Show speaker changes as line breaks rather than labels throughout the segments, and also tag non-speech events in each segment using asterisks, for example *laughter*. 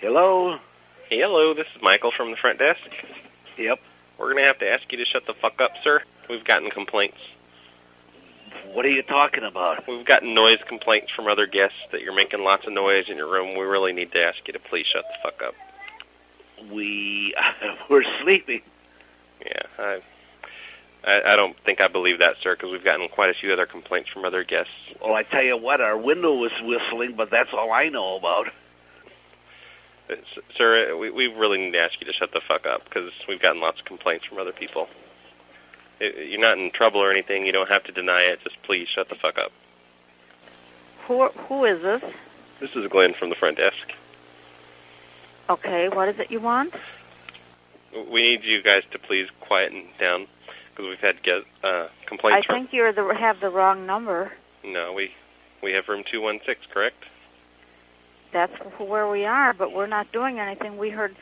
Hello?
Hello, this is Michael from the front desk.
Yep.
We're going to have to ask you to shut the fuck up, sir. We've gotten complaints.
What are you talking about?
We've gotten noise complaints from other guests that you're making lots of noise in your room. We really need to ask you to please shut the fuck up.
We *laughs* we're sleeping.
Yeah, I, I, I don't think I believe that, sir, because we've gotten quite a few other complaints from other guests.
Well, I tell you what, our window was whistling, but that's all I know about.
Uh, s- Sir, we, we really need to ask you to shut the fuck up because we've gotten lots of complaints from other people. Uh, You're not in trouble or anything. You don't have to deny it. Just please shut the fuck up.
Who who is this?
This is Glenn from the front desk.
Okay, what is it you want?
We need you guys to please quieten down because we've had get, uh,
I
complaints
think you are the, have the wrong number.
from. No, we we have room two one six, correct?
That's wh- where we are, but we're not doing anything. We heard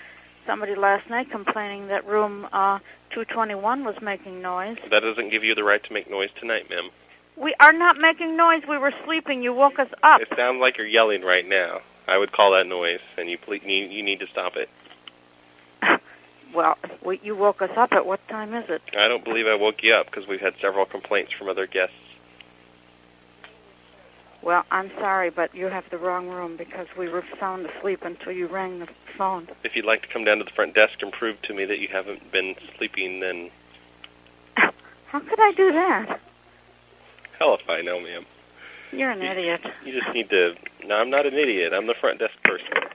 somebody last night complaining that room uh, 221 was making noise.
That doesn't give you the right to make noise tonight, ma'am.
We are not making noise. We were sleeping. You woke us up.
It sounds like you're yelling right now. I would call that noise, and you ple- you, you need to stop it.
Well, we, you woke us up. At what time is it?
I don't believe I woke you up because we've had several complaints from other guests.
Well, I'm sorry, but you have the wrong room because we were sound asleep until you rang the phone.
If you'd like to come down to the front desk and prove to me that you haven't been sleeping, then
How could I do that?
hell if I know, ma'am.
You're an idiot.
You just need to. No, I'm not an idiot. I'm the front desk person.